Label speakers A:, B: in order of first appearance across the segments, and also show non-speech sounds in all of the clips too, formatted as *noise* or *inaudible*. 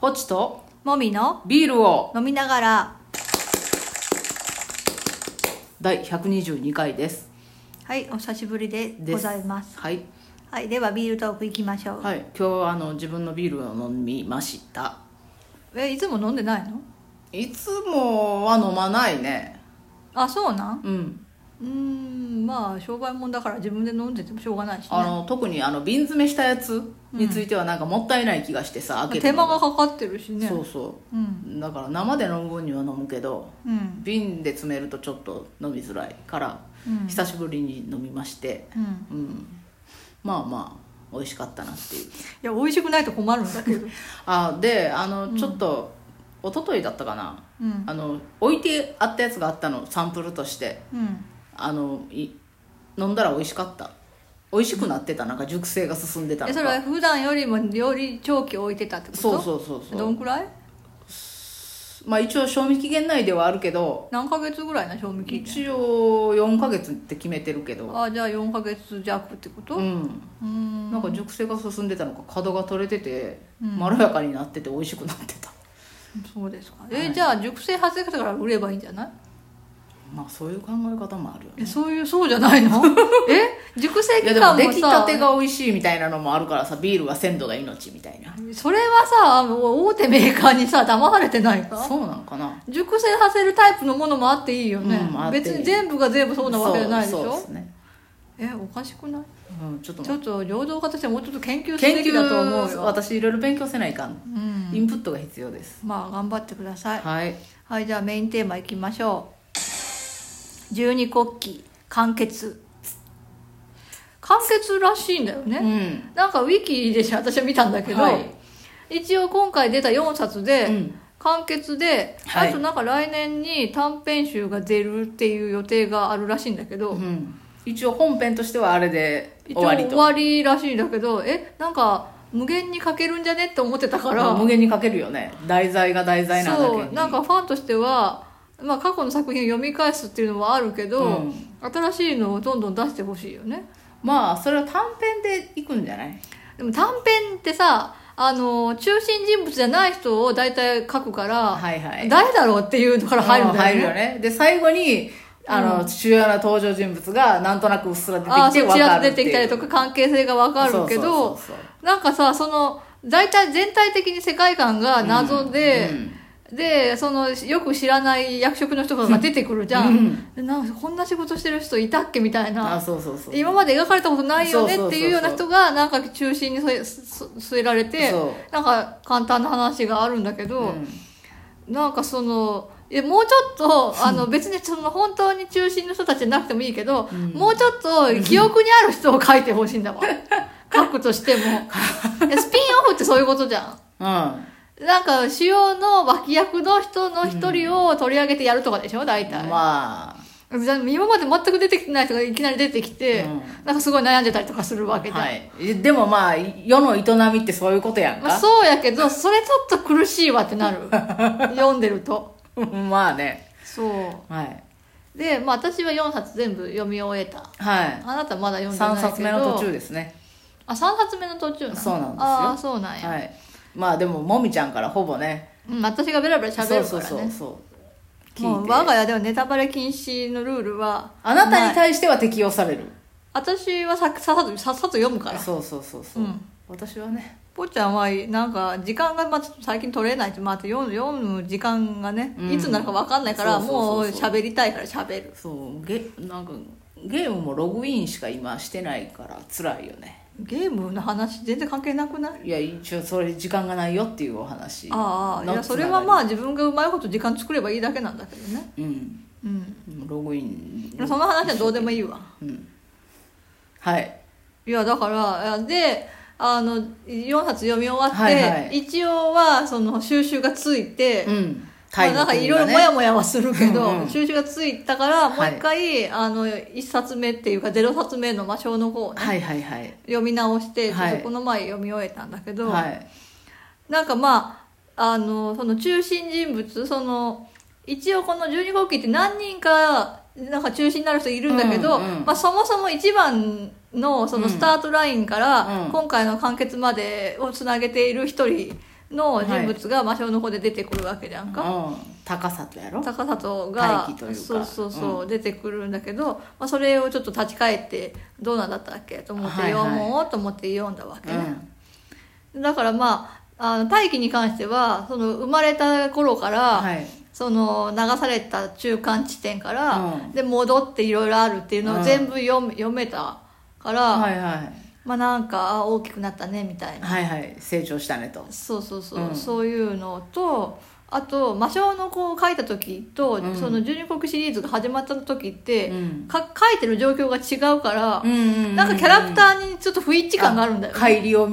A: ポチと
B: もみの
A: ビールを
B: 飲みながら
A: 第122回です
B: はいお久しぶりでございます
A: はい、
B: はいではビールトークいきましょう、
A: はい、今日はあの自分のビールを飲みました
B: えいつも飲んでないの
A: いつもは飲まないね
B: あそうなん
A: うん
B: うーんまあ商売もんだから自分で飲んでてもしょうがないし
A: あ
B: ね
A: の特にあの瓶詰めしたやつについてはなんかもったいない気がしてさ、開けて
B: 手間
A: も
B: がかかってるしね
A: そうそ
B: うん
A: うだから生で飲む分には飲むけど
B: うん
A: 瓶で詰めるとちょっと飲みづらいから、
B: うん
A: 久しぶりに飲みまして
B: うん
A: うんまあまあ美味しかったなっていう
B: いや美味しくないと困るんだ
A: *laughs*
B: けど
A: あであのちょっと、一昨日だったかな
B: うん
A: あの置いてあったやつがあったのサンプルとして
B: うん
A: あのい飲んだら美味しかった美味しくなってたなんか熟成が進んでた
B: え
A: の
B: それは
A: か
B: 普段よりもより長期置いてたってこと
A: そうそうそうそ
B: どん
A: う
B: くらい
A: まあ一応賞味期限内ではあるけど
B: 何ヶ月ぐらいな賞味期限
A: 一応4ヶ月って決めてるけど
B: あじゃあ4ヶ月弱ってこと
A: う
B: うんーん
A: なんか熟成が進んでたのか角が取れてて
B: うん
A: まろやかになってて美味しくなってた、
B: そうですか
A: は
B: え
A: い
B: じゃあ熟成発生方から売ればいいんじゃない
A: まあそういう考え方もあるよ
B: え
A: ね
B: そういうそうじゃないの *laughs* え熟成
A: いや
B: 期
A: でも
B: 間もさ
A: 出来たてが美味しいみたいなのもあるからさビールは鮮度が命みたいな
B: それはさもう大手メーカーにさ騙されてないか
A: そうなんかな
B: 熟成させるタイプのものもあっていいよね、
A: うんあっていい
B: 別に全部が全部そうなわけじゃないでし
A: そう
B: ょ
A: そうすね
B: えおかしくない
A: うん、ちょっと
B: ちょっと醸造家としてもうちょっと研究す
A: 研
B: べき
A: 究
B: だと思うよ、
A: 私いろいろ勉強せないかん、
B: う
A: イ
B: ん、
A: ンプットが必要です
B: まあ頑張ってください
A: はい
B: はいじゃあメインテーマいきましょう十二国旗完結完結らしいんだよね、
A: うん
B: なんかウィキでしょ私は見たんだけど、
A: はい
B: 一応今回出た4冊
A: う
B: で
A: ん
B: 完結で、
A: はい
B: あとなんか来年に短編集が出るっていう予定があるらしいんだけど、
A: うん一応本編としてはあれで
B: 一
A: 終
B: 応
A: わり
B: 終
A: と
B: わりらしいんだけどえなんか無限に書けるんじゃねって思ってたから、
A: うん無限にかけるよね題材が題材なだけ
B: そ
A: に
B: うなんかファンとしては、まあ、過去の作品を読み返すっていうのはあるけど、
A: うん
B: 新しいのをどんどん出してほしいよね
A: まあそれは短編でいくんじゃない
B: でも短編ってさあの中心人物じゃない人を大体書くから、
A: はいはい
B: 誰だろうっていうのから入るんだよね、
A: で最後にあの、主要な登場人物がなんとなくうっすら出て
B: ああ
A: きて
B: そ
A: 分
B: ちら
A: かる
B: と出
A: って
B: て
A: いう
B: きたりとか関係性が分かるけ
A: そ
B: ど
A: うそうそう
B: なんかさその大体全体的に世界観が謎で、
A: うん
B: でそのよく知らない役職の人とかが出てくるじゃん,、でなんかこんな仕事してる人いたっけみたい
A: そう
B: な
A: あそうそうそう
B: 今まで描かれたことないよ
A: そうそ
B: ね
A: うそうそう
B: っていうような人がなんか中心に据えす据えられて
A: そ
B: なんか簡単な話があるんだけど、
A: うん
B: なんかそのえもうちょ
A: *laughs*
B: っとあの別にその本当に中心の人たちじゃなくてもいいけど、もうちょっと記憶にある人を書いてほしい
A: *laughs*
B: んだわ書くとしてもえスピンオフってそういうことじゃん
A: うん
B: なんか主要の脇役の人の一人を取り上げてやるとかでしょ大体、
A: まあ
B: じゃあ今まで全く出てきてない人がいきなり出てきて、
A: うん
B: なんかすごい悩んでたりとかするわけじゃん、
A: はい、えでもまあ世の営みってそういうことやん
B: まあ、
A: か、
B: そうやけどそれちょっと苦しいわって
A: *laughs*
B: なる読んでると
A: まあね
B: そ
A: はい、
B: うでまあ私は4冊全部読み終えた
A: はい、
B: あなたまだ読んでないけ
A: 3
B: ど
A: 冊目の途中ですね
B: あ3冊目の途中なの
A: そうなんですよ
B: ああそうなんや、
A: はいまあでももみちゃんからほぼね
B: うん、私がベラベラ喋るからね
A: そうそうそうそう
B: も
A: 聞いうて
B: 我が家ではネタバレ禁止のルールは
A: あなた
B: な
A: に
B: い
A: 対しては適用される
B: 私はささっさとさっさと読むから
A: そうそうそうそう、
B: うん
A: 私はね
B: ぽっちゃんはなんか時間がまあちょっと最近取れないって、まあ、あと読む読む時間がね、
A: うん
B: いつになるか分かんないから
A: そうそう
B: もう
A: そうそう
B: 喋りたいから喋る
A: そうゲなんかゲームもログインしか今してないから辛いよね
B: ゲームの話全然関係なくない
A: いや一応それ時間がないよっていうお話
B: ああいやそれはまあ自分がうまいこと時間作ればいいだけなんだけどね
A: あうん
B: うん
A: ログイン
B: その話はどうでもいいわ
A: うんはい
B: いやだからであの4冊読み終わって、
A: はいはい
B: 一応はその収集がついて、
A: うん
B: まあ、なんかいろいろモヤモヤはするけど、
A: うんうん
B: 収集がついたからもう
A: はい
B: 一回、あの1冊目っていうか0冊目の魔性の方をね、
A: はいはいはい
B: 読み直して、
A: はい
B: ちょっとこの前読み終えたんだけど、
A: はい
B: なんかまああのその中心人物その一応この十二号機って何人かなんか中心になる人いるんだけど、
A: うんうん
B: まあ、そもそも一番のそのスタートラインか
A: うん
B: ら今回の完結までをつなげている一人の人物が魔性の方で出てくるわけじゃんか、
A: うん、高さとやろ
B: 高里
A: 大
B: が
A: 輝というか
B: そうそうそう、出てくるんだけど、まあ、それをちょっと立ち返ってどうなんだったっけと思って
A: はい
B: 読
A: はい
B: もうと思って読んだわけ
A: う
B: ね、
A: ん
B: だからまああの大輝に関してはその生まれた頃から、
A: はい
B: その流された中間地点から、
A: うん
B: で戻っていろいろあるっていうの
A: う
B: を
A: ん
B: 全部読め,、読めたから、
A: はいはい
B: まあなんかあ大きくなったねみたいな
A: はいはい成長したねと
B: そうそうそう、
A: うん
B: そういうのとあと魔性の子を書いた時と、
A: うん
B: その十二国シリーズが始まった時って、
A: うん
B: か書いてる状況が違うから、
A: うんうんうん
B: なんかキャラクターにちょっと不一致感があるんだよね
A: 帰りを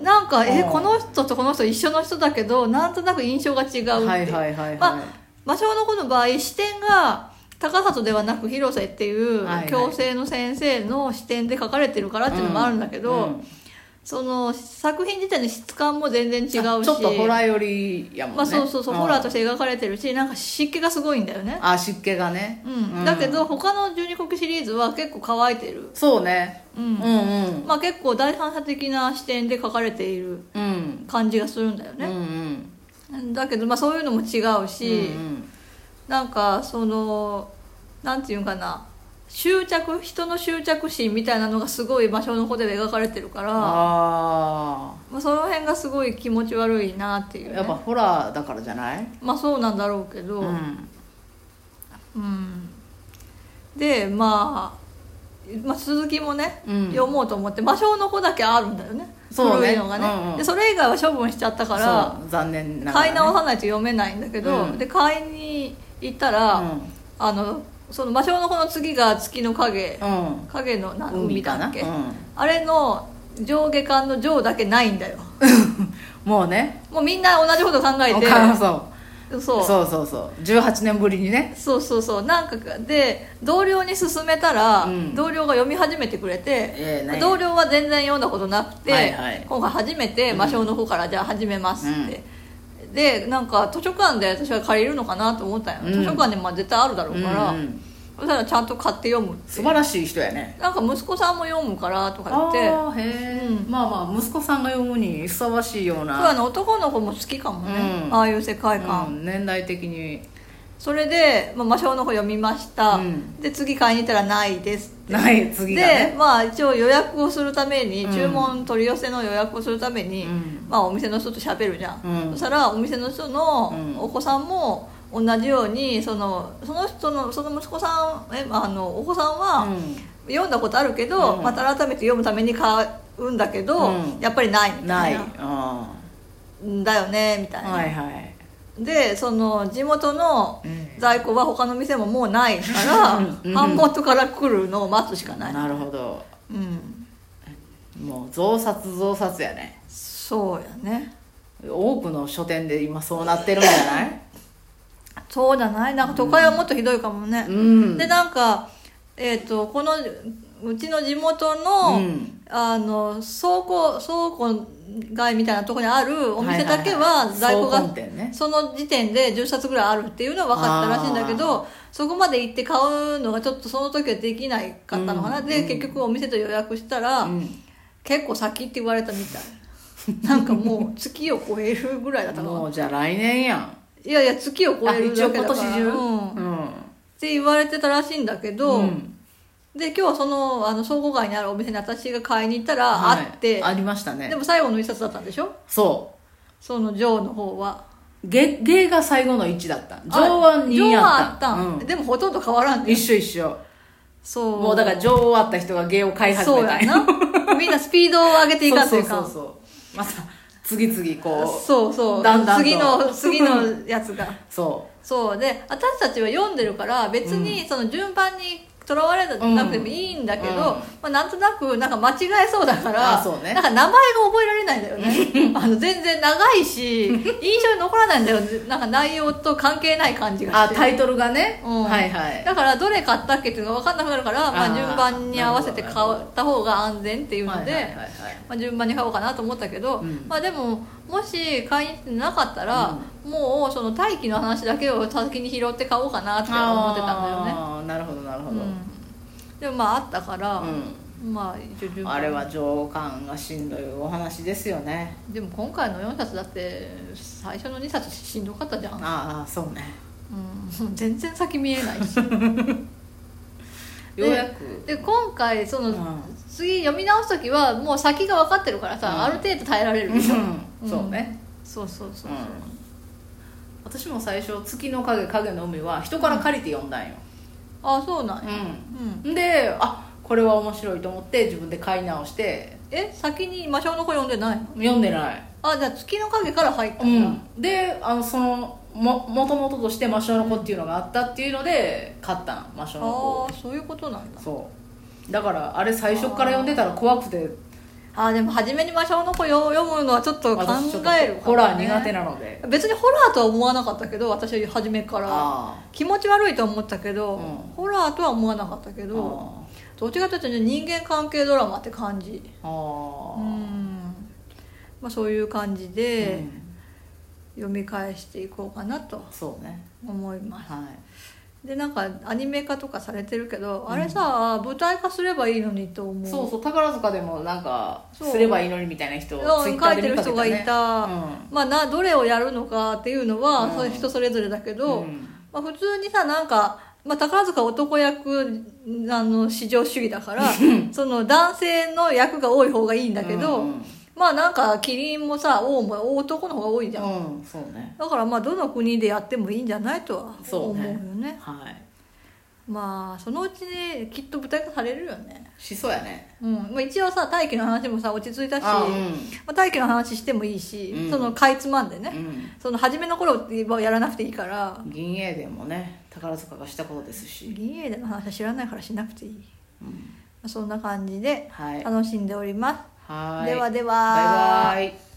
B: なんかえ
A: うん
B: この人とこの人一緒の人だけどなんとなく印象が違うっていう、
A: はいはいはいはい、
B: まあ魔性の子の場合視点が高里ではなく広瀬っていう
A: はいはい
B: 強制の先生の視点で書かれてるからっていうのもあるんだけど、
A: うんうん
B: その作品自体の質感も全然違
A: あ
B: うし
A: ちょっとホラー寄りやもんね
B: まあ、そうそうそう、
A: ん
B: ホラーとして描かれてるしなんか湿気がすごいんだよね、
A: あ湿気がね
B: うん
A: うん
B: だけど他の十二国シリーズは結構乾いてる、
A: そうね
B: う
A: うんんうん
B: まあ、結構第三者的な視点で書かれている
A: うん
B: 感じがするんだよ
A: うんう
B: ね、
A: ん
B: だけど、まあ、そういうのも違うし、
A: うん
B: なんかそのなんていうんかな執着人の執着心みたいなのがすごい魔性の方で描かれてるから
A: あ
B: まあ、その辺がすごい気持ち悪いなっていう、
A: ー
B: ね、
A: やっぱホラーだからじゃない
B: まあそうなんだろうけど、
A: うん
B: うんで、まあ、まあ続きもね、
A: うん
B: 読もうと思って魔性の子だけあるんだよね
A: そうね
B: 古いのがね、
A: うんうん
B: でそれ以外は処分しちゃったから
A: そう残念ながら、
B: 買
A: ね、
B: い直さないと読めないんだけど、
A: うん
B: で買いに行ったら、あのその魔性の子の次が月の影、
A: うん、うん
B: 影のな
A: 海
B: 海
A: か
B: だ
A: な
B: っけ、
A: うん *laughs*
B: あれの上下巻の上だけないんだよ
A: もうね
B: もうみんな同じこと考え
A: お
B: て
A: 母さん
B: そう
A: そうそうそう18年ぶりにね
B: そうそうそうなんかで同僚に勧めたら、
A: うん
B: 同僚が読み始めてくれて、
A: ええね
B: 同僚は全然読んだことなくて、
A: はいはい
B: 今回初めて魔性の方から、じゃあ始めますって、でなんか図書館で私は借りるのかなと思ったんよ、
A: うん
B: 図書館でまあ絶対あるだろうから、
A: うんうん
B: そしたらちゃんと買って読むって
A: 素晴らしい人やね
B: なんか息子さんも読むからとか言
A: あ
B: って
A: あへえ、
B: うん
A: まあまあ息子さんが読むにふさわしいよう
B: そうあ
A: な、
B: の男の子も好きかもね、
A: うん
B: ああいう世界観、
A: うん年代的に
B: それで、まあ、魔性の方読みました、
A: うん
B: で次買いに行ったらないですって
A: ない次が
B: で
A: ね
B: まあ一応予約をするために、
A: うん
B: 注文取り寄せの予約をするために、
A: うん
B: まあ、お店の人と喋るじゃん、
A: うん
B: そしたらお店の人の
A: うん
B: お子さんも同じようにそのその人のその息子さんえあのお子さんは、読んだことあるけど、
A: うん
B: また改めて読むために買うんだけど、
A: うん
B: やっぱりない
A: うん、
B: み
A: な
B: た
A: い
B: い
A: うん
B: なだよねみたいな、
A: はいはい
B: でその地元の
A: うん
B: 在庫は他の店ももうないから、
A: うん
B: 版元から来るのを待つしかない、
A: なるほど
B: うん、
A: もう増刷増刷やね
B: そうやね
A: 多くの書店で今そうなってるんじゃない
B: そうじゃないなんか都会はもっとひどいかもね、
A: うん
B: でなんかえっ、とこのうちの地元の、
A: うん
B: あの倉庫倉庫街みたいなところにあるお店だけ
A: はいはい
B: は
A: はい
B: 在庫が、
A: 倉庫本店ね
B: その時点で10冊ぐらいあるっていうのは分かったらしいんだけどそこまで行って買うのがちょっとその時はできないかったのかな、
A: うん
B: で結局お店と予約したら、
A: う
B: 結構先って言われたみたいなんかもう月を超えるぐらいだった
A: ん、
B: かな
A: もうじゃあ来年やん
B: いやいや月を超えるだけだから
A: あ一応今年中
B: うん
A: う
B: っ
A: ん
B: て言われてたらしいんだけど、
A: うん
B: で今日はそのあの倉庫街にあるお店に私が買いに行ったら、
A: はい
B: あって
A: ありましたね
B: でも最後の一冊だったんでしょ
A: そ
B: そのジョーの方は
A: うゲゲーが最後の1だった
B: あ
A: 上は2
B: ジョー
A: や
B: はあ
A: っ
B: ったた、
A: うん
B: でもほとんど変わらんで
A: 一緒一緒
B: そう
A: もうだから上終わった人がゲーを買い始
B: そう
A: めた
B: やなみんなスピードを上げていかんと
A: そ
B: いうう
A: そ
B: か
A: うそううそうまた次々こう
B: そうそう
A: だんだんと
B: 次の次のやつが
A: そ
B: そうで私たちは読んでるから別にその順番にとらわれなくてもいいんだけど、
A: うんうん
B: まあ、なんとなくなんか間違えそうだから
A: あそうね
B: なんか名前が覚えられないんだよねあの全然長い
A: *laughs*
B: し印象に残らないんだよなんか内容と関係ない感じ
A: う
B: が
A: あ
B: して
A: タイトルがね、
B: うん
A: はいはい
B: だからどれ買ったっけっていうのが分かんなくなるから
A: あ
B: ま
A: ー
B: あ、順番に合わせて買った方が安全っていうので、
A: はいはいはいはい
B: まあ、順番に買おうかなと思ったけど、
A: うん
B: まあ、でももし買いに行ってなかったら、もうその大気の話だけを先に拾って買おうかなって思ってたんだよね、
A: あーなるほどなるほど、
B: うんでもまああったから、
A: うん
B: まあ一応順番
A: あれは情感がしんどいお話ですよね
B: でも今回の4冊だって最初の2冊しんどかったじゃん、
A: ああそうね
B: うん、全然先見えないし
A: *laughs* ようやく
B: で今回その、
A: うん
B: 次読み直す時はもう先が分かってるからさ、
A: うん
B: ある程度耐えられるでしょ、
A: うんそうね
B: そうそうそうそう、
A: うん私も最初「月の影影の海」は人から借りて読んだんよ、
B: ああそうなんやうん、
A: うん、であこれは面白いと思って自分で買い直して
B: え先に魔性の子読んでないの
A: 読んでない
B: あじゃあ月の影から入った
A: うん
B: だ、
A: んであのそのももともととして魔性の子っていうのがあったっていうので買ったん魔性の
B: あ
A: 子
B: あそういうことなんだ
A: そうだからあれ最初から読んでたら怖くて
B: あーでも初めに魔性の子よ読むのはちょっと考
A: 私ちょっと
B: えるかもね
A: ホラー苦手なので
B: 別にホラーとは思わなかったけど私は初めから
A: あ
B: 気持ち悪いと思ったけど、
A: うん
B: ホラーとは思わなかったけ
A: あ
B: どどっちかというとね人間関係ドラマって感じ
A: ああ
B: うんまあそういう感じで、
A: うん
B: 読み返していこうかなと
A: そうね
B: 思います
A: はい
B: でなんかアニメ化とかされてるけど、あれさ舞台化すればいいのにと思う
A: そうそう宝塚でもなんか
B: そう
A: すればいいのにみたいな人
B: うん
A: ツイッター
B: 書い
A: で
B: て
A: 見
B: る
A: かけ
B: 人がいた、
A: うん
B: まあ、などれをやるのかっていうのは、
A: うん
B: そういう人それぞれだけど、
A: うん
B: まあ、普通にさなんか、まあ、宝塚男役あの至上主義だからその男性の役が多い方がいいんだけど、
A: うんうん
B: まあなんかキリンもさ王も男の方が多いじゃん、
A: うんそうね
B: だからまあどの国でやってもいいんじゃないとは思
A: そう
B: うよ
A: ね
B: ね
A: はい
B: まあそのうちねきっと舞台化されるよね
A: しそうやね
B: うんまあ、一応さ大気の話もさ落ち着いたし
A: あ
B: まあ、大気の話してもいいし、
A: うん
B: そのかいつまんでね、
A: うんうん
B: その初めの頃はやらなくていいから
A: 銀英伝もね宝塚がしたことですし
B: 銀英での話は知らないからしなくていい、
A: うん
B: まあ、そんな感じで
A: はい
B: 楽しんでおります、
A: はい
B: ではでは
A: バイバイ